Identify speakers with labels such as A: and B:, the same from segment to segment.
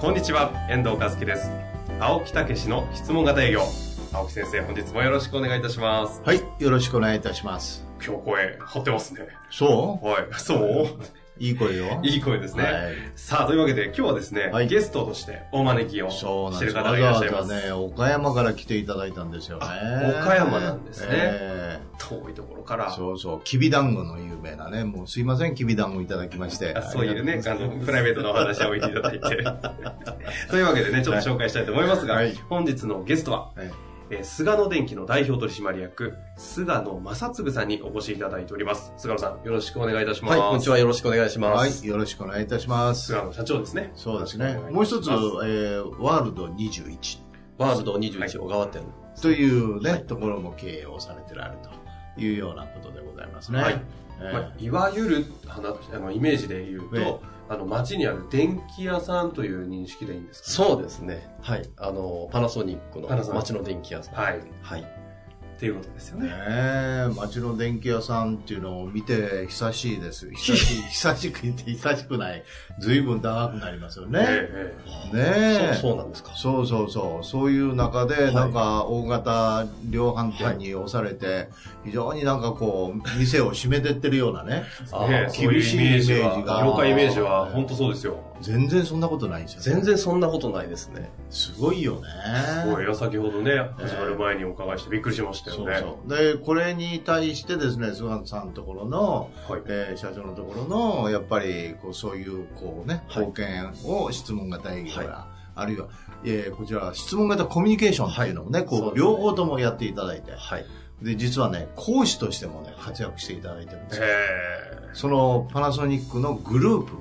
A: こんにちは、遠藤和樹です。青木武しの質問型営業。青木先生、本日もよろしくお願いいたします。
B: はい、よろしくお願いいたします。
A: 今日声、張ってますね。
B: そ
A: はい。そう
B: いい声よ。
A: ういい声ですね。
B: はい
A: さあ、というわけで今日はですね、
B: はい
A: ゲストとしてお招きを
B: そ
A: し
B: うなん
A: て
B: で
A: る
B: す。
A: 方
B: わ
A: がい
B: ざ
A: らっ
B: わ
A: しゃいます。
B: ざね、岡山から来ていただいたんですよね。
A: あ岡山なんですね
B: え
A: 遠いところから、
B: え
A: そう
B: そうそう、きびだんごの有名なね、もうすいません、きびだんごいただきまして。
A: そういう
B: あり
A: ね、
B: がと
A: あの、プライベートのお話は置いていただ いて。というわけでね、ちょっと紹介したいと思いますが、
B: はい
A: 本日のゲストは、
B: うございます。
A: えー、菅野電機の代表取締役、菅野正嗣さんにお越しいただいております。菅野さん、よろしくお願いいたします。
C: はい、こんにちは。よろしくお願いします。
B: はい、はいよろしくお願いいたします。
A: 菅野社長ですね。
B: そうですね
A: よろしくお。願い
B: もう一つ、え
A: します
B: ー、ワールド21
C: ワールド
A: はい
C: 21小川店。
B: というね、ところも経営をされてられるというようなことでございますね。
A: はい
B: ええ
A: まあ、いわゆるあのあのイメージで言うと、
B: え
A: あの街にある電気屋さんという認識でいいんですか、
C: そうですね。はい。あの、パナソニックの
A: パナソニック
C: 街の電気屋さん。
A: はい。っ
C: はい。
A: ていうことですよ
B: ね
A: ね。
B: え、町の電気屋さんっていうのを見て久しいです。久し久しくて久しくない。随分長くなりますよね。ね
A: ええ
B: え。
C: そうそうなんですか。
B: そうそうそう。そういう中で、
C: い
B: なんか大型量販店に押されて、非常になんかこう、店を閉めてってるようなね。
C: あ
A: ねえ
C: ー
A: そういう
B: 厳しいイメージが
A: は業界イメージは
B: あー
A: 本当そうですよ。
B: 全然そんなことないんですよ、
C: 全。然そんなことないですね。
B: すごいよね。
A: すごい、いや先ほどね、始まる前にお伺いしてびっくりしましたよ
B: そ
A: ね。
B: うそう。で、これに対してですね、菅野さんのところの、
A: はい。
B: えー社長のところのやっぱりこうそういうこう、ね、
C: はい
B: 貢献を質問型営業や、
C: は
B: あるいは、えーこちらは質問型コミュニケーションっていうのもね、
C: そう
B: こ
C: です
B: う
C: ね
B: 両方ともやっていただいて
C: はい。
B: で実はね講師としてもね活躍していただいてるんですよ、
A: え
B: そのパナソニックのグループ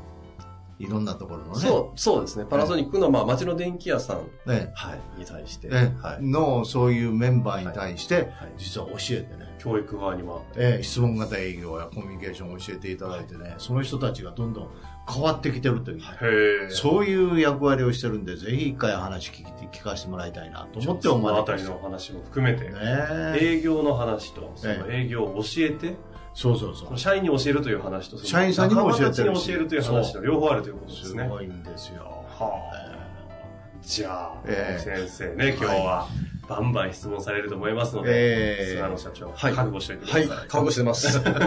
B: いろんなところのね
C: そう、そうですね。パナソニックの、まあ、街の電気屋さん、
B: ね
C: はい、に対して。
B: ね
C: はい。
B: のそういうメンバーに対して、
C: はい
B: 実は教えてね
A: え教育側には。
B: えー質問型営業やコミュニケーションを教えていただいてね、その人たちがどんどん変わってきてるという、
A: へえ。
B: そういう役割をしてるんで、ぜひ一回話聞き聞かせてもらいたいなと思って
A: そ
B: お
A: のあ
B: 招
A: た
B: き
A: り
B: し
A: のお話も含めて、
B: たね。
A: 営業の話と、その
B: え
A: 営業を教えて、
B: そうそうそう。
A: 社員に教えるという話と、その
B: 社員さんにも教えてるし
A: 仲間たちに教えるという話
B: そ
A: と
B: う
A: 両方あるということです
B: す
A: ね。
B: ごいんですよ。
A: はあ、じゃあ、
B: ええ
A: 先生ね、今日はバンバン質問されると思いますので、
B: ええ
A: 菅野社長、
C: はい
A: 覚悟しておいてくだ
C: は
A: さい。
C: い、覚悟してます。はい。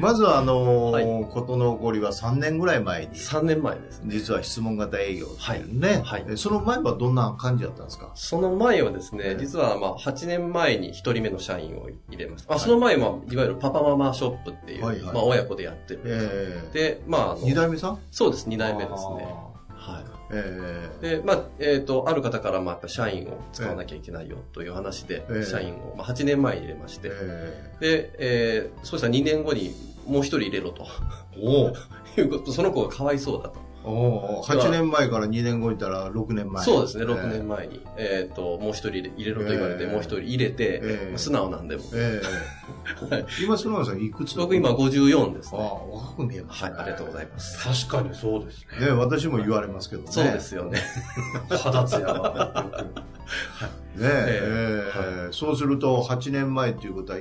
B: まずは、あの
C: は
B: ーことの起こりは3年ぐらい前に、
C: 3年前ですね。
B: 実は質問型営業っていうね、
C: はいはい
B: えその前はどんな感じだったんですか
C: その前はです
B: ええ
C: ね、実はまあ8年前に1人目の社員を入れました。まあ、その前は、いわゆるパパママショップっていう、
B: はいはい
C: まあ親子でやってる。
B: ええ
C: で、まああの
B: 二代目さん
C: そうです、2代目ですね。。は
B: あーえ
C: い。
B: え
C: で、まあ、えっ、と、ある方から、まあ、やっぱ社員を使わなきゃいけないよという話で、
B: ええ
C: 社員を、まあ、8年前に入れまして、
B: え
C: で、えーそうしたら2年後にもう1人入れろと
B: えおう
C: いうこと、その子がかわいそうだと。
B: おう8年前から2年後いたら6年前。
C: そうですね、6
B: 前。
C: 年前に、えっ、と、もう1人入れ入れろと言われて、
B: ええ
C: もう1人入れて、
B: ええ
C: 素直なんでも。
B: え え今、菅野さんいくつ
C: 僕今54です
B: あ
C: ね。
B: あ、若く見えます
C: は
B: ね。
C: い、ありがとうございます。
A: 確かにそうですね。
B: ね、私も言われますけどね。
C: そうで。すよね。
A: 肌ツヤが。
B: ねえ
C: え
B: ええそうすると、8年前ということは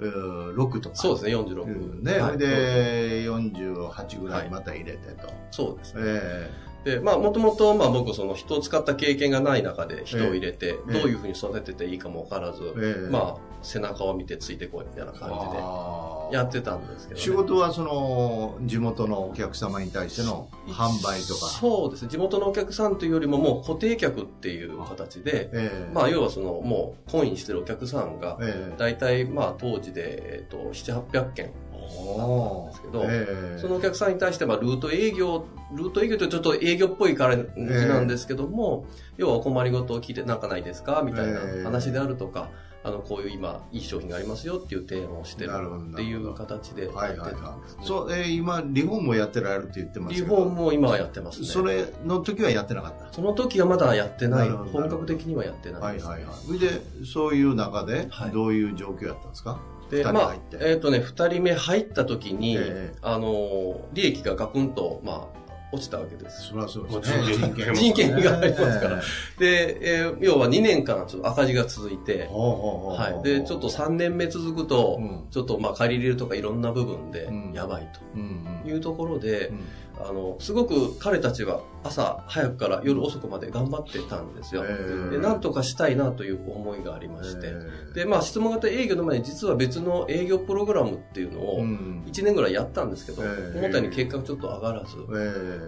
B: 46とか。
C: そうですね、
B: う
C: 46。
B: んね。
C: はい
B: で、48ぐらいまた入れてと。
C: そうですね。
B: え
C: で、まあ、もともと、まあ、僕、その人を使った経験がない中で人を入れて、
B: え
C: どういうふうに育てていいかもわからず
B: え、ええ
C: まあ、背中を見てついてこいみたいな感じで
B: ああ
C: やってたんですけど、ね。
B: 仕事はその、地元のお客様に対しての販売とか。
C: そうですね。地元のお客さんというよりも、もう固定客っていう形で、
B: ええ
C: まあ、要はその、もう、婚姻してるお客さんが、
B: ええ
C: 大体、まあ、当時で、えっと、7、800件
B: おー
C: ですけど
B: ええ
C: そのお客さんに対してはルート営業、ルート営業ってちょっと営業っぽい感じなんですけども、要はお困りごとを聞いてなんかないですかみたいな話であるとか、あの、こういう今、いい商品がありますよっていう提案をしてる
B: なるほど
C: ってい
B: なる
C: う
B: ほど
C: 形でやって
B: はいはい
C: たん
B: は
C: ですね
B: い。そう、えー今、リフォームをやってられるって言ってます
C: リ
B: けど。
C: フォームも今はやってますね。
B: それの時はやってなかった。
C: その時はまだやってない。
B: なるほど
C: 本格的にはやってな
B: はいい
C: です。
B: はいはい。それで、そういう中で
C: はい、
B: どういう状況やったんですか、
C: で、
B: 二人
C: まあ
B: 入って、
C: えっ、とね、二人目入った時に、
B: ええ
C: あの、利益がガクンと、まあ、落ちたわけです。
B: そりゃそうですね。
A: もう人件費
C: 人件費がありますから
B: え
C: で、えー要は2年間ちょっと赤字が続い
B: え
C: て、
B: ほうほうほう
C: は
B: ほ
C: い。
B: う
C: で、ちょっと3年目続くと、
B: うん
C: ちょっとまあ借り入れるとかいろんな部分で
B: うん
C: やばい
B: うん
C: と
B: うん
C: いうところで、
B: うん
C: あの、すごく彼たちは朝早くから夜遅くまで頑張ってたんですよ。
B: えー
C: で、なんとかしたいなという思いがありまして。
B: えー
C: で、まあ質問型営業の前に実は別の営業プログラムっていうのを
B: うん
C: 1年ぐらいやったんですけど、
B: えー
C: 思ったように結果ちょっと上がらず、
B: え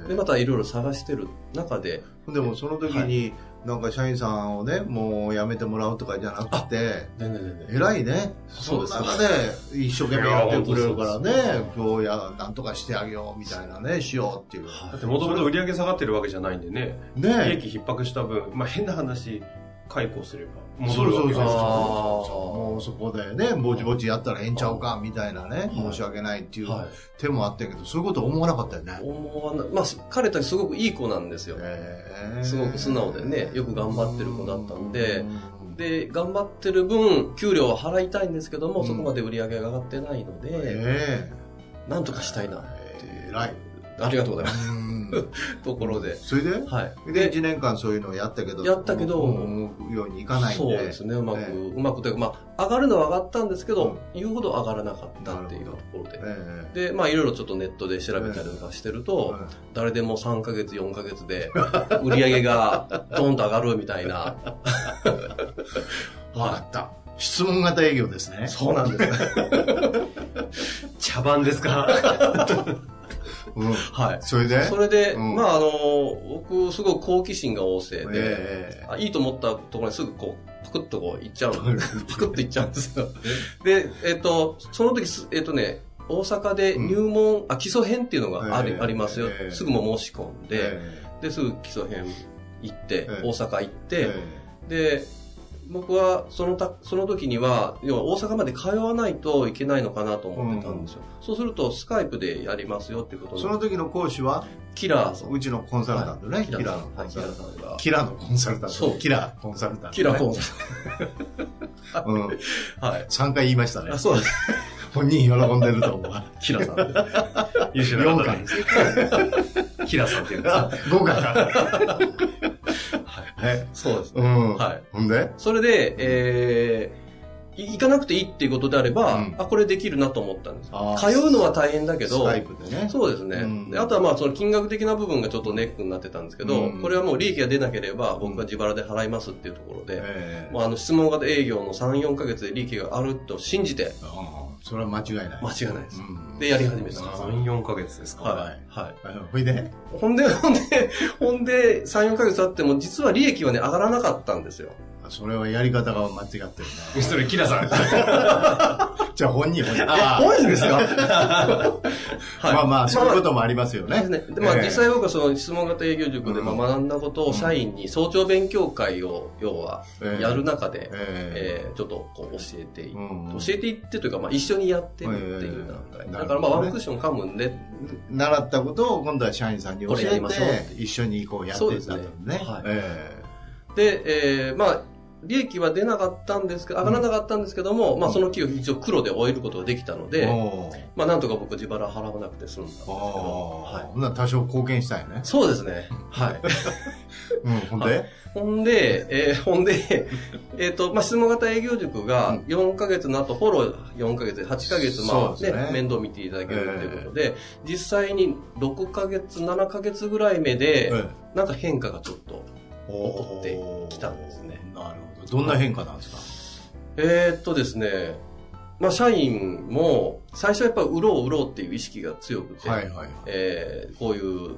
B: ー
C: で、またいろいろ探してる中で、
B: でもその時に、なんか社員さんをね、もう辞めてもらうとかじゃなくて、
C: 全然全然。
B: 偉いね。
C: そ
B: そうの
C: です
B: 中で一生懸命やってくれるから
C: いや
B: ね、今日や、なんとかしてあげようみたいなね、しようっていう。
C: は
A: だってもともと売り上げ下がってるわけじゃないんでね、利
B: ねえ。
A: 益逼迫した分、まあ変な話、解雇すれば戻
B: そう
A: る
B: そ
A: わけ
B: うそうそ
A: です
B: うそう
A: から
B: そう。もうそこでね、ぼちぼちやったらええんちゃうか、みたいなね、
C: い
B: 申し訳ないっていう
C: はい。
B: 手もあったけど、そういうこと思わなかったよね。
C: 思わない。まあ、彼たちすごくいい子なんですよ。
B: ええ
C: すごく素直でねよく頑張ってる子だったんで
B: うん
C: で、頑張ってる分、給料は払いたいんですけども、
B: うん
C: そこまで売り上げが上がってないので、
B: え
C: なんとかしたいな。
B: え偉い。
C: ありがとうございま
B: うん
C: す。 ところで。
B: それで
C: はい。
B: で、
C: で、
B: 1年間そういうのをやったけど、
C: やったけど
B: 思うようにいかないんで。
C: そうですね、うまく、
B: ええ
C: うまくというか、まあ、上がるのは上がったんですけ
B: う
C: ど
B: ん、
C: 言うほど上がらなかったっていう
B: な
C: と
B: る
C: ころで。
B: ええ
C: で、まあ、いろいろちょっとネットで調べたりとかしてると、
B: うん
C: 誰でも3ヶ月、4ヶ月で、売り上げがドンと上がるみたい な。
B: わかった。質問型営業ですね。
C: そうなんですね。
A: 茶番です か
B: うん。
C: はい。
B: それで
C: それで、
B: うん
C: まあ、あの、僕、すごく好奇心が旺盛で、
B: ええ
C: あいいと思ったところにすぐこう、パクッとこう、いっちゃう。パクッといっちゃうんですよ。で、えっ、と、その時す、えっ、とね、大阪で入門、あ、基礎編っていうのがあり,、
B: ええ
C: ありますよ。
B: ええ
C: すぐもう申し込んで、
B: え
C: で、すぐ基礎編行って、
B: ええ
C: 大阪行っ
B: え
C: て、
B: え
C: で、僕はそのた、その時には、要は大阪まで通わないといけないのかなと思ってたんですよ。そうすると、スカイプでやりますよっていうこと
B: え
C: で
B: その時の講師は、
C: キラーさん。
B: うちのコンサルタントね、
C: はい
B: キラーの
C: は
B: コ
C: い
B: ン
C: キ
B: サ
C: ラ
B: ル
C: ー
B: タン
C: さんが
B: ト。。キラーのコンサルタント。
C: そう
B: キラーコンサルタントね。
C: キラーコンサ
B: うん。
C: ル。はい。
B: 3回言いましたね
C: あ、。そうです。
B: 本人喜んでると 思うわ。
C: キラーさん。
A: 優秀な
B: 4
A: 方
B: 回
A: で。。 キラさんっていうんですか
B: あ5回。
C: はい。
B: はい。
C: そうです。
B: うん。
C: はい。
B: ほんで
C: それで、えー、い行かなくていいっていうことであれば、
B: うん
C: あ、これできるなと思ったんです。
B: あー
C: 通うのは大変だけ
B: ス
C: ど
B: カ、イプでね。
C: そうですね、
B: うん
C: であとはまあその金額的な部分がちょっとネックになってたんですけど、
B: うん
C: これはもう利益が出なければ僕は自腹で払いますっていうところで、
B: ええ
C: まあ、あの質問型営業の3、4ヶ月で利益があると信じて
B: うんそれは間違いない。
C: 間違いないです。
B: うん
C: で、やり始めたんです。
A: 3、4ヶ月ですか、
C: はい。はい。
B: あのほいで
C: ほんで、ほんで、ほんで、3、4ヶ月経っても、実は利益はね、上がらなかったんですよ。
B: あそれはやり方が間違 ってる
A: それキラさん。
B: な。じゃあ本人、本人。あー
C: 多いんですかはい。
B: まあまあ、そういうこともありますよね。
C: ですね。でまあ、
B: ええ
C: 実際僕はその質問型営業塾でま
B: う
C: あ
B: ん
C: 学んだことを社員に早朝勉強会を要は
B: ええ
C: やる中で、
B: え
C: えーちょっとこう教えてい、
B: うん
C: 教えていってというか、まあ、一緒にやってるっていう段階、
B: ええ
C: だから
B: なるほど
C: まあ
B: ね
C: ワンクッション噛むんで、
B: え習ったことを今度は社員さんに教
C: これや
B: え
C: りましょうって
B: て、一緒にこうやっていったとね
C: そうですねはい
B: え
C: で、えーまあ利益は出なかったんですけど、上がらなかったんですけども、まあその期を一応黒で終えることができたの
B: え
C: で、
B: おー
C: まあなんとか僕自腹払わなくて済んだんですけど、
B: おー
C: はい
B: ほんなら多少貢献したいね。
C: そうですね。はい。
B: うん、ほん
C: は
B: で
C: ほんで、えーほんで、えっ、と、まあ、質問型営業塾が4ヶ月の後、フォロー4ヶ月、8ヶ月、ま
B: そう
C: あ
B: で
C: ね、
B: すね
C: 面倒見ていただけるということで、実際に6ヶ月、7ヶ月ぐらい目で、
B: え
C: なんか変化がちょっと。
B: え
C: 怒ってきたんですね
B: なるほど。どんな変化なんですか
C: えーっとですね、まあ、社員も、最初はやっぱ売ろう売ろうっていう意識が強くて、
B: はいはい。
C: えーこういう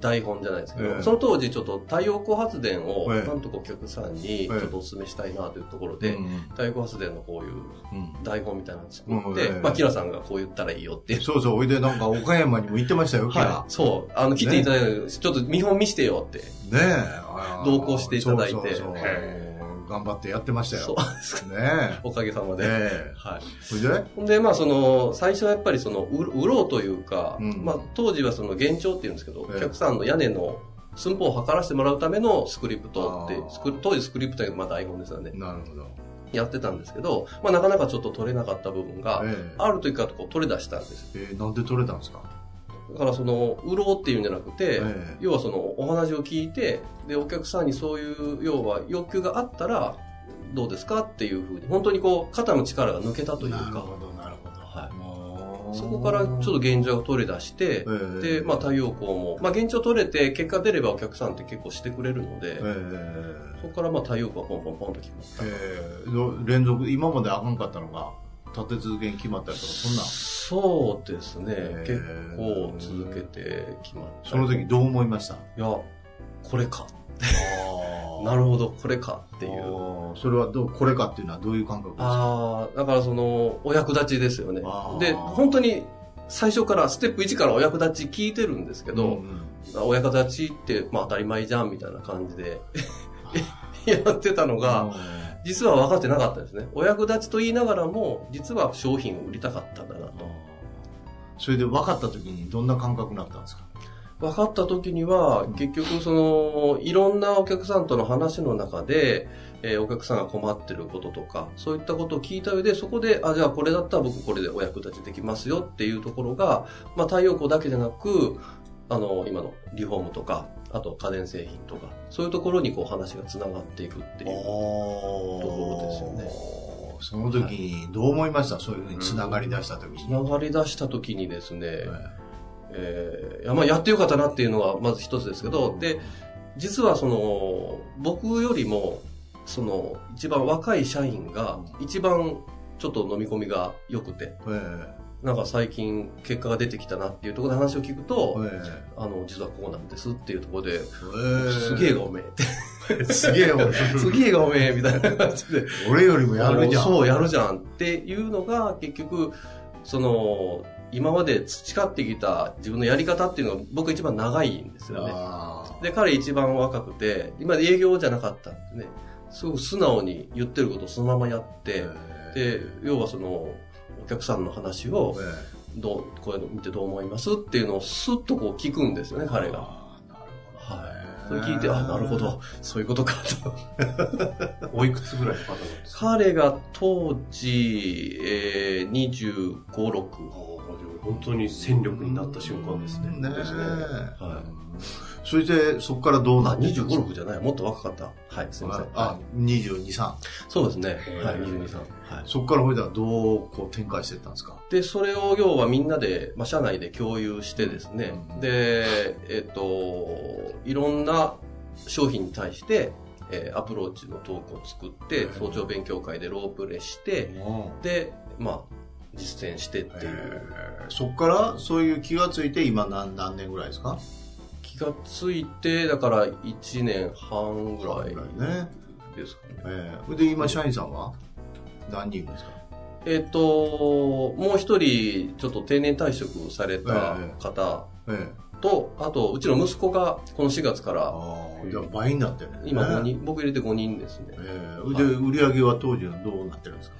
C: 台本じゃないですけど、
B: ええ
C: その当時ちょっと太陽光発電を、
B: ええ
C: なんとかお客さんにちょっとお勧めしたいなというところで、
B: うん
C: 太陽光発電のこういう
B: うん
C: 台本みたいなの作って、
B: うんええ
C: まあ、キラさんがこう言ったらいいよっていう。
B: そうそう、おいでなんか岡山にも行ってましたよ、キラ。
C: はい。そう。あの、来ていただいて、ちょっと見本見してよって。
B: ねえ。あー
C: 同行していただいて
B: そうそうそう
A: へ
B: 頑張ってやってました
C: そう
B: よ。ね
C: おかげさま
B: え。
C: で。
B: ええ。
C: はい。
B: それで
C: ほんで、まあ、その、最初はやっぱりその、う売ろうというか、
B: うん
C: まあ、当時はその、幻聴っていうんですけど、
B: ええ
C: お客さんの屋根の寸法を測らせてもらうためのスクリプトって
B: あー、
C: スクリ当時スクリプトがまだ iPhone ですよね。
B: なるほど。
C: やってたんですけど、まあ、なかなかちょっと取れなかった部分が、
B: え
C: ある時からこう取れ出したんですよ。
B: え。ええなんで取れたんですか
C: だからその、売ろうっていうんじゃなく
B: え
C: て、
B: え。
C: 要はそのお話を聞いてでお客さんにそういう要は要求があったらどうですかっていうふうに本当にこう肩の力が抜けたという
B: なる
C: か
B: ほど、なるほど。
C: はい
B: は
C: そこからちょっと現状が取れ出してで、まあ、太陽光も、まあ、現状取れて結果出ればお客さんって結構してくれるので、
B: ええ。
C: そこからまあ太陽光がポンポンポンと決まった、
B: えーの連続今まであかんかったのが立て続けに決まったりとかそんなん
C: そうですね、
B: えー
C: 結構続けてきまし
B: そ
C: た
B: の時どう思いました
C: いやこれかな
B: る
C: るほどこれかっていう
B: それはどうこれかっていうのはどういう感覚ですか
C: ああ、だからその、お役立ちですよね
B: あー。
C: で、本当に、最初から、ステップ1からお役立ち聞いてるんですけ
B: う
C: ど、
B: ん
C: お役立ちって、まあ当たり前じゃん、みたいな感じで、 やってたのが、実は分かってなかったですね。お役立ちと言いながらも、実は商品を売りたかったんだな
B: あ
C: と。
B: ーそれで分かった時にどんな感覚になったんですか
C: 分かった時には、結局、その、いろんなお客さんとの話の中で、えーお客さんが困ってることとか、そういったことを聞いた上で、そこで、あ、じゃあこれだったら僕これでお役立ちできますよっていうところが、まあ、太陽光だけじゃなく、あの、今のリフォームとか、あと家電製品とか、そういうところにこう話がつながっていくっていう。ところです
B: よねその時にどう思いました、そういうふうにつながり出した時
C: つ
B: に、
C: ながり出した時にですね、
B: は
C: えーいやまあ、やってよかったなっていうのがまず一つですけど、で、実はその僕よりもその一番若い社員が一番ちょっと飲み込みが良くて
B: いえ
C: なんか最近結果が出てきたなっていうところで話を聞くと、
B: ええ
C: あの実はこうなんですっていうところで、
B: え
C: すげえがおめえって
B: えすげえ俺
C: すげえがおめえみたいな感じ で
B: 俺よりもやるじゃん
C: あのそうやるじゃんっていうのが結局その今まで培ってきた自分のやり方っていうのが僕一番長いんですよね
B: あー
C: で、彼一番若くて、今営業じゃなかったんでね、すごく素直に言ってることをそのままやって、で、要はその、お客さんの話を、どう、こういうの見てどう思いますっていうのをスッとこう聞くんですよね、彼が。
B: あーなるほどね
C: はい。それ聞いて、あ、なるほど、そういうことかと。
A: おいくつぐらいの方なんですか
C: 彼が当時、えー、25、6。
A: 本当に戦力になった瞬間ですね。
B: ねえ
A: ですねは
B: それでそこからどうな
C: あ、
B: っていく
C: 25、
B: んですか
C: 6じゃない。もっと若かった。はい、すみません。
B: あ22、3
C: そうですね。はい、
A: うん
C: 22、3。はい。
B: そこからほいだらどうこう展開していったんですか
C: で、それを要はみんなで、まあ、社内で共有してですね、
B: うん
C: で、えっ、と、いろんな商品に対して、えーアプローチのトークを作って、早朝勉強会でロープレして、で、まあ、実践してっていう。
B: えーそこからそういう気がついて今何何年ぐらいですか
C: 気がついて、だから1年半ぐらい
B: ね
C: ですかね。
B: えーそれで今社員さんは何人いるんですか
C: えっ、と、もう一人、ちょっと定年退職された方
B: ええ
C: と、あと、うちの息子がこの4月から、
B: ああじゃあ倍になってるね
C: 今5人、僕入れて5人ですね
B: え。ーで売り上げは当時はどうなってるんですか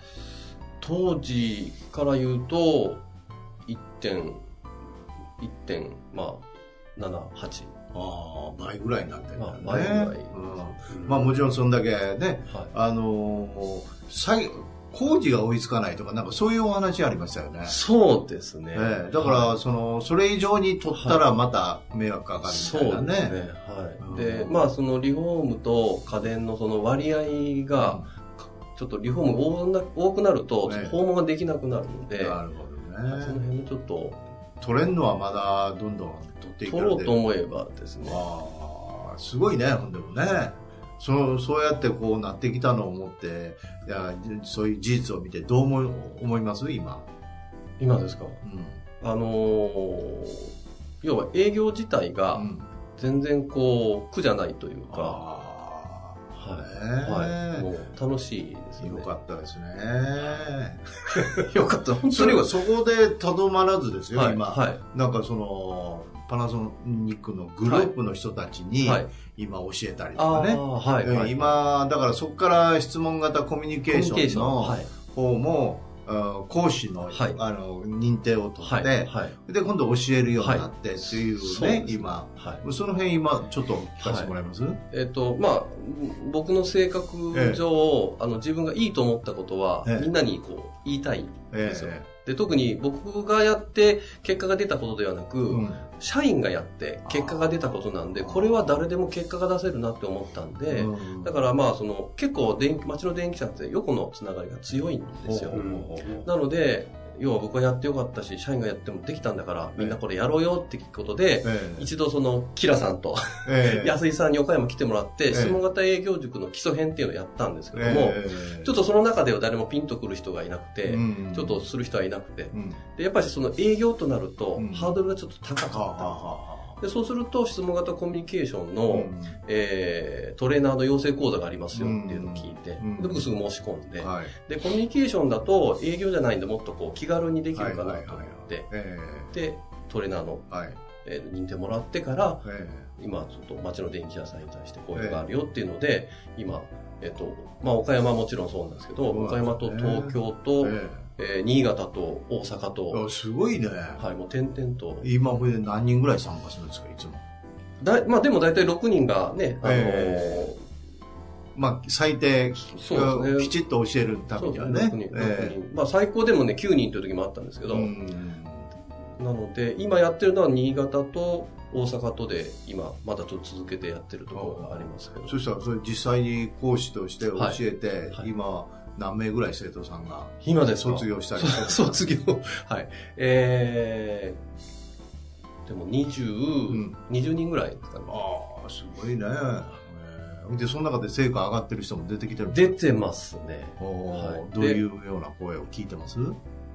C: 当時から言うと、1点、1点、まあ、7、8。
B: ああ倍ぐらいになってるんだよね
C: まあ倍ぐらい
B: うん
A: い。
B: まあもちろんそんだけね、
C: はい。
B: あのー作業工事が追いつかないとか、なんかそういうお話ありましたよね。
C: そうですね。
B: ええだから、その、それ以上に取ったらまた迷惑かかる
C: そ
B: みた
C: う
B: いな
C: ですね
B: ね。。
C: は
B: うん
C: い。で、まあ、そのリフォームと家電のその割合が、かちょっとリフォーム多な多くなると、
B: ね
C: ちょっと訪問ができなくなるので、
B: なる
C: その
B: ほどね。
C: 辺のちょっと、
B: 取れんのはまだどんどん取っていく
C: 取ろうと思えばですね。
B: ああ、すごいね、ほんでもね。そうそうやってこうなってきたのを思っていや、そういう事実を見てどう思い思います今。
C: 今ですか
B: うん。
C: あのー要は営業自体が、
B: うん
C: 全然こう苦じゃないというか、
B: あ
C: はい
B: ねえ
C: はい、もう楽しいで
B: あ、
C: すね。
B: よかったですね。
C: った。よかった。本
B: そ
C: 当に
B: れ
C: よ
B: は
C: かっ
B: そこでとどまらずです
C: た。
B: よ、
C: はい、
B: 今、
C: はい、
B: なんかそのパナソニックのグループの人たちに
C: はい。
B: 今教えたりとか
C: ああ
B: ね、
C: ー、はい。はい、
B: 今だからそこから質問型コミュニ
C: コ
B: ケ
C: ミ
B: ー
C: ュ
B: シ
C: ニケー
B: ョ
C: シ
B: ン
C: ョン。
B: の
C: はい。
B: 方も、あ講師の,、
C: はい
B: あの認定を取って、
C: はい。はい。
B: で今度教えるようになってっていう
C: そう
B: ね、
C: ですね
B: 今
C: はい
B: その辺今ちょっと聞かせてもらえます、
C: えっと、まあ、僕の性格上、あの、自分がいいと思ったことは
B: ええ、
C: みんなにこう、言いたい。
B: え
C: そう
B: え
C: で、特に僕がやって結果が出たことではな
B: う
C: く、
B: ん
C: 社員がやって結果が出たことなんで、これは誰でも結果が出せるなって思ったんで、
B: うん
C: だからまあ、その、結構電、町の電気車って横のつながりが強いんですよ
B: ほう。
C: なので、要は僕はやってよかったし、社員がやってもできたんだから、みんなこれやろうよって聞くこと
B: え
C: で、
B: え
C: 一度その、キラさんと、
B: ええ
C: 安井さんに岡山来てもらっ
B: ええ
C: て、質問型営業塾の基礎編っていうのをやったんですけども、
B: ええ
C: ちょっとその中では誰もピンとくる人がいなくて、
B: うん
C: ちょっとする人はいなくて、
B: うん
C: でやっぱりその営業となると
B: うん、
C: ハードルがちょっと高
B: はあは
C: か
B: あは
C: った。でそうすると、質問型コミュニケーションの、
B: あうん
C: えートレーナーの養成講座がありますよっていうのを聞いて、
B: うん
C: で僕すぐ申し込んで、
B: はい
C: で、コミュニケーションだと営業じゃないんでもっとこう気軽にできるかなと思って、
B: え
C: で、トレーナーの、
B: えはい
C: えー認定もらってから、
B: え
C: 今ちょっと町の電気屋さんに対してこういうのがあるよっていうので、今、えっ、と、まあ岡山はもちろんそうなんですけど、
B: そう
C: 岡
B: なん
C: 山
B: で
C: と
B: すね
C: 東京
B: え
C: と、え
B: え
C: ー新潟と大阪
B: え
C: と、
B: あすごいね、
C: はい、もう点々と。
B: 今これで何人ぐらい参加するんですかいつも
C: だいまあでも大体6人がね、あのー
B: えまあ最低
C: そうですね
B: きちっと教えるため
C: そう
B: に
C: で
B: は
C: す
B: ね
C: ね、6人、
B: え
C: 6人まあ最高でもね、9人という時もあったんですけ
B: え
C: ど、
B: うん
C: なので、今やってるのは新潟と大阪とで、今、まだちょっと続けてやってるところがありますけど。
B: そしたらそれ実際に講師として教えて、
C: はい
B: 今何名ぐらい生徒さんが
C: 今ですか
B: 卒業したり
C: そう 卒業。はい。えー、でも20、
B: うん
C: 20人ぐらいですかね。
B: ああすごいね、ええでその中で成果上がってる人も出てきてる
C: 出てますね。
B: おー
C: はい
B: どういうような声を聞いてます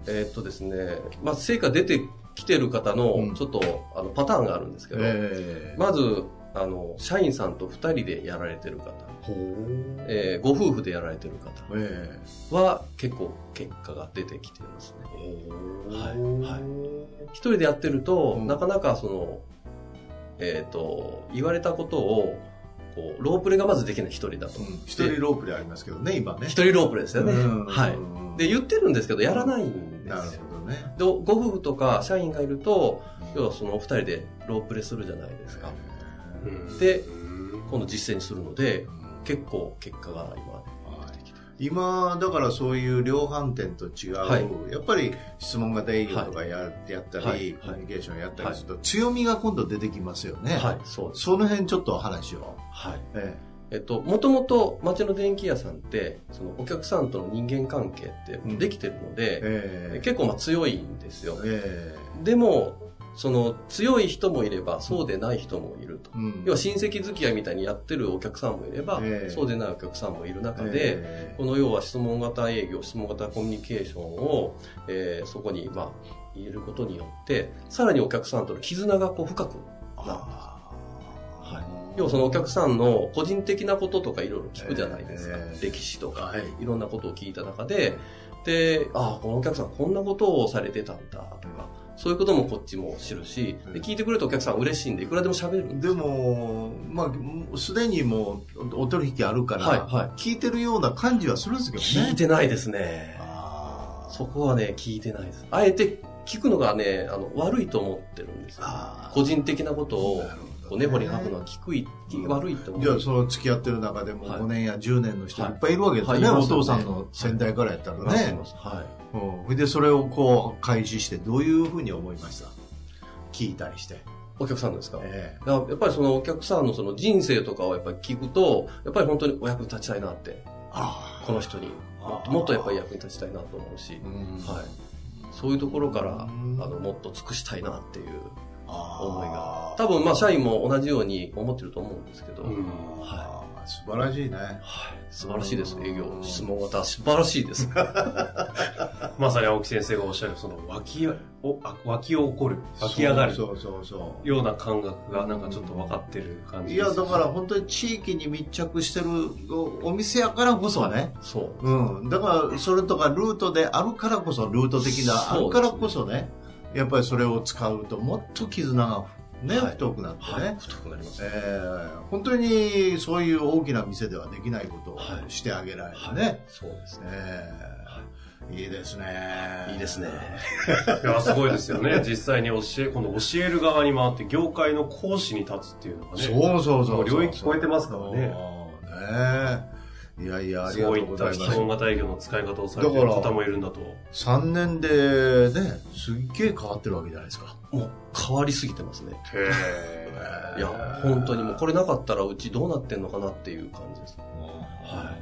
C: えーっとですね、まあ、成果出てきてる方
B: うん
C: の、ちょっと、あの、パターンがあるんですけど、
B: ええ
C: まず、あの、社員さんと2人でやられてる方、
B: ほう
C: えーご夫婦でやられてる方
B: え
C: は、結構結果が出てきてますね。
B: え
C: はいはい
B: い
C: 一人でやってると、
B: うん
C: なかなかその、えっ、と、言われたことを、こう、ロープレがまずできない一人だと。
B: うん一人ロープでありますけどね今ね
C: 一人ロープレですよね。
B: うん
C: はい。で、言ってるんですけど、やらないんで
B: なる
C: すよ。
B: ほどね
C: でご夫婦とか社員がいると、要はその二人でロープレするじゃないですか。で今度実践にするので、結構結果が今、
B: 今だからそういう量販店と違う、
C: はい
B: やっぱり質問型営業とかや,、やったり、
C: はい
B: コミュニケーションやったりすると、強みが今度出てきますよね、
C: はい、そうです。
B: その辺ちょっとお話を、
C: はい。
B: え
C: えっと、もともと町の電気屋さんって、そのお客さんとの人間関係ってできてるので、
B: ええ
C: 結構まあ強いんですよ。
B: え
C: でも、その強い人もいれば、そうでない人もいると。
B: えうん
C: 要は親戚付き合いみたいにやってるお客さんもいれば、
B: ええ
C: そうでないお客さんもいる中で、
B: ええ
C: この要は質問型営業、質問型コミュニケーションを、えーそこに、まあ、入れることによって、さらにお客さんとの絆がこう深く、
B: あー
C: 要はそのお客さんの個人的なこととかいろいろ聞くじゃないですか。
B: ええ
C: 歴史とか、
B: はい
C: いろんなことを聞いた中で、で、ああ、このお客さんこんなことをされてたんだとか、そういうこともこっちも知るし、で聞いてくれたお客さんは嬉しいんで、いくらでも喋るんで
B: でも、まあ、すでにもうお取引あるから、
C: はいはい
B: 聞いてるような感じはするんですけどね。
C: 聞いてないですね。
B: あー
C: そこはね、聞いてないです。あえて聞くのがね、あの、悪いと思ってるんですよ。
B: あー
C: 個人的なことを
B: なるほどね、
C: こう、根掘り吐くのは聞くい、
B: うん
C: 悪いと思
B: じゃあ
C: う。
B: その付き合ってる中でも
C: はい
B: 5年や10年の人い
C: はい
B: っぱいいるわけですよね、
C: はいいま
B: お
C: すよね
B: 父さんの先代からやったら
C: 話して
B: ね
C: ますは
B: う
C: い。
B: んそれでそれをこう開示してどういうふうに思いました聞いたりして、
C: お客さんですか
B: え
C: やっぱりそのお客さんのその人生とかをやっぱり聞くと、やっぱり本当にお役に立ちたいなって、
B: えあ
C: この人に
B: あー
C: もっとやっぱり役に立ちたいなと思うし、はい、そういうところからあのもっと尽くしたいなっていう思いが多分まあ社員も同じように思ってると思うんですけど、
A: うん
C: は
B: はい、素晴らしいね
C: はい、素晴らしいです営
B: う
C: 業
B: ん
C: 質問型素晴らしいです
A: まさに青木先生がおっしゃる、その、湧き、お、あ湧き起こる、湧き上がる
B: そうそうそう
A: ような感覚が、なんかちょっと分かってる感じ
B: い
A: で
B: や
A: す。
B: だから本当に地域に密着してるお店やからこそね、
C: そう
B: うん、だからそれとかルートであるからこそルート的な、
C: そうです
B: あ
C: ね
B: るからこそねやっぱりそれを使うともっと絆がね、
C: はい
B: 太くなってね、
C: はい、太くなります。
B: えー本当にそういう大きな店ではできないことを
C: はい
B: してあげられる
C: はい
B: ね、
C: そうですね。
B: えーいいですね
C: いいですね。
A: いや、すごいですよね。実際に教え、この教える側に回って、業界の講師に立つっていうのがね。
B: そうそうそ
A: も
B: う。
A: う領域超えてますからね
B: ねえ。いやいや、あ
A: そ
B: りがと
A: う
B: う
A: い
B: ご
A: っ
B: ざ
A: た
B: い
A: 既
B: ます。
A: 存型営業の使い方をされている方もいるんだと。
B: 3年でね、すっげえ変わってるわけじゃないですか。
C: もう変わりすぎてますね。
A: へ
C: いや、本当にもうこれなかったらうちどうなってんのかなっていう感じです。は
B: うん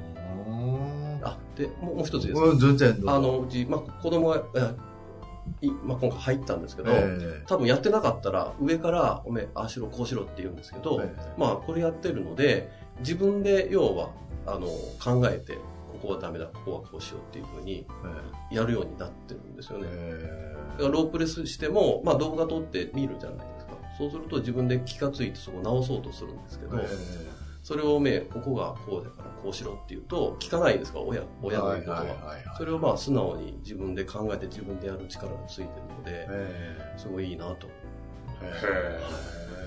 C: あ、で、もうもう一つです。
B: うん、全然どうぞ
C: あ、の、うち、まあ、子供が、えいまあ、今回入ったんですけど、
B: え
C: 多分やってなかったら上から、おめえ、ああしろ、こうしろって言うんですけ
B: え
C: ど、まあ、これやってるので、自分で要は、あの、考えて、ここはダメだ、ここはこうしようっていうふうにやるようになってるんですよね。
B: え
C: だからロープレスしても、まあ、動画撮って見るじゃないですか。そうすると自分で気がついてそこ直そうとするんですけど、
B: え
C: それをめ、ここがこうだからこうしろって言うと、聞かないですか、親、親の言うことは。
B: はいはいはいはい
C: それをまあ素直に自分で考えて自分でやる力がついてるので、
B: え
C: すごいいいなと。
B: え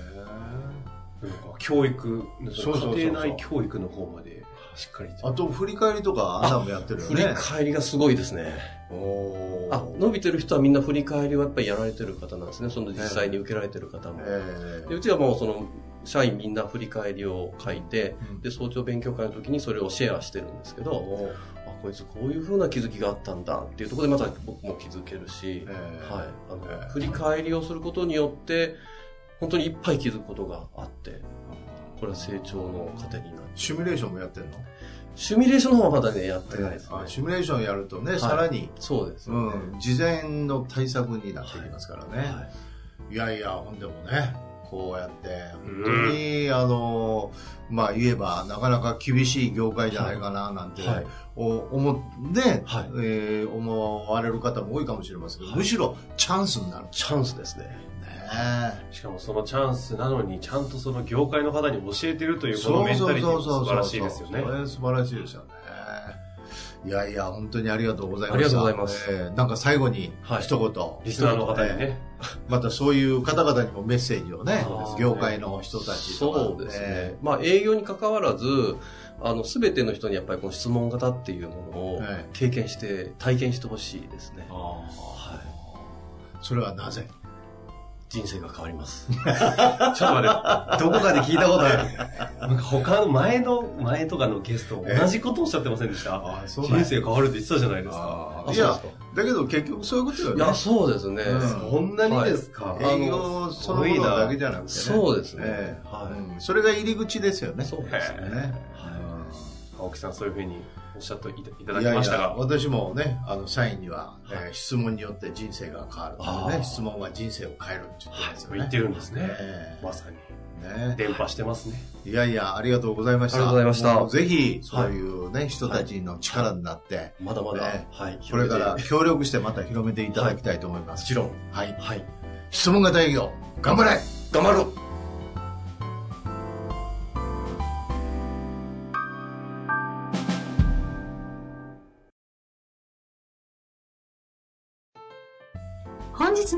A: へ
B: え
A: なんか教育、
B: そうそうそうそう
A: 家庭内教育の方までしっかり
B: あ
A: と。
B: と、振り返りとか、あんなもやってるよ
C: 振り
B: ね。
C: 返りがすごいですね。
B: おー
C: あ、伸びてる人はみんな振り返りはやっぱりやられてる方なんですね。その実際に受けられてる方も。
B: え
C: でうちはもうその、社員みんな振り返りを書いて、
B: うん
C: で、早朝勉強会の時にそれをシェアしてるんですけど、
B: おー
C: あこいつこういう風な気づきがあったんだっていうところでまた僕も気づけるし、
B: ええ
C: はい、あの
B: ええ
C: 振り返りをすることによって本当にいっぱい気づくことがあってこれは成長の糧になる
B: シミュレーションもやってるの
C: シミュレーションの方はまだねやってないですね、
B: あシミュレーションやるとね、さらに、
C: そうです
B: う
C: よね、
B: ん、事前の対策になってきますからね。、
C: はい
B: やいや、ほんでもね、こうやって、
A: うん
B: 本当に、あの、まあ言えば、なかなか厳しい業界じゃないかな、なんて、
C: いはい
B: お思ね、
C: はい
B: えー思われる方も多いかもしれませんけど、
C: はい
B: むしろチャンスになるんで
C: チャンスですね
B: すね。
A: しかもそのチャンスなのに、ちゃんとその業界の方に教えてるというこのメンタリティも素晴らしいですよね
B: そ。れ素晴らしいですよね。いやいや、本当にありがとうございました。
C: ありがとうございます
B: えーなんか最後に、
C: はい
B: 一言、
A: リスナーの方に
B: えー
A: ね。
B: またそういう方々にもメッセージをね
A: そうです、ね
B: 業界の人たちとか
C: そうですね、まあ営業に関わらずあの全ての人にやっぱりこの質問型っていうものを
B: はい
C: 経験して体験してほしいですね、はい、
B: それはなぜ
C: 人生が変わります
A: ちょっと待って、どこかで聞いたことある。なんか他の前の、前とかのゲスト、同じことをおっしゃってませんでした
B: あそ
A: 人生変わるって言ってたじゃないですか。
B: あ
C: あ
B: い
C: そう
B: や
C: ですか、
B: だけど結局そういうことよ
C: い
B: ね
C: や、。そうですね。
B: うん
A: そんなにですか、
C: はい
B: 営業そのものだけじゃなくてね。
C: そうですね
B: ええ
C: はい
B: うんそれが入り口ですよね。
C: そうですね。
B: ね。
A: 青木さん、そういうふうにおっしゃっていたいた
B: うん
A: だ
B: い
A: き
B: やい
A: ました
B: や、
A: が。
B: 私もね、あの、社員には、
C: はい
B: えー質問によって人生が変わるっていう
C: あー
B: ね。質問は人生を変えるって言ってます
A: そ
B: よ
A: う
B: ね。
A: 言ってるんですね。
B: え
A: まさに。
B: えね
A: 伝播してますね。
B: いやいや、ありがとうございました。
C: ありがとうございました
B: もうぜひ、そういうね、人たちの力になって、
C: まだまだ、
B: ね
C: はい。
B: これから
C: も
B: 協力してまた広めていただきたいと思います。
C: ちろん。
B: はい。
C: はい。
B: 質問型営業、頑張れ
C: 頑張ろう
D: 本日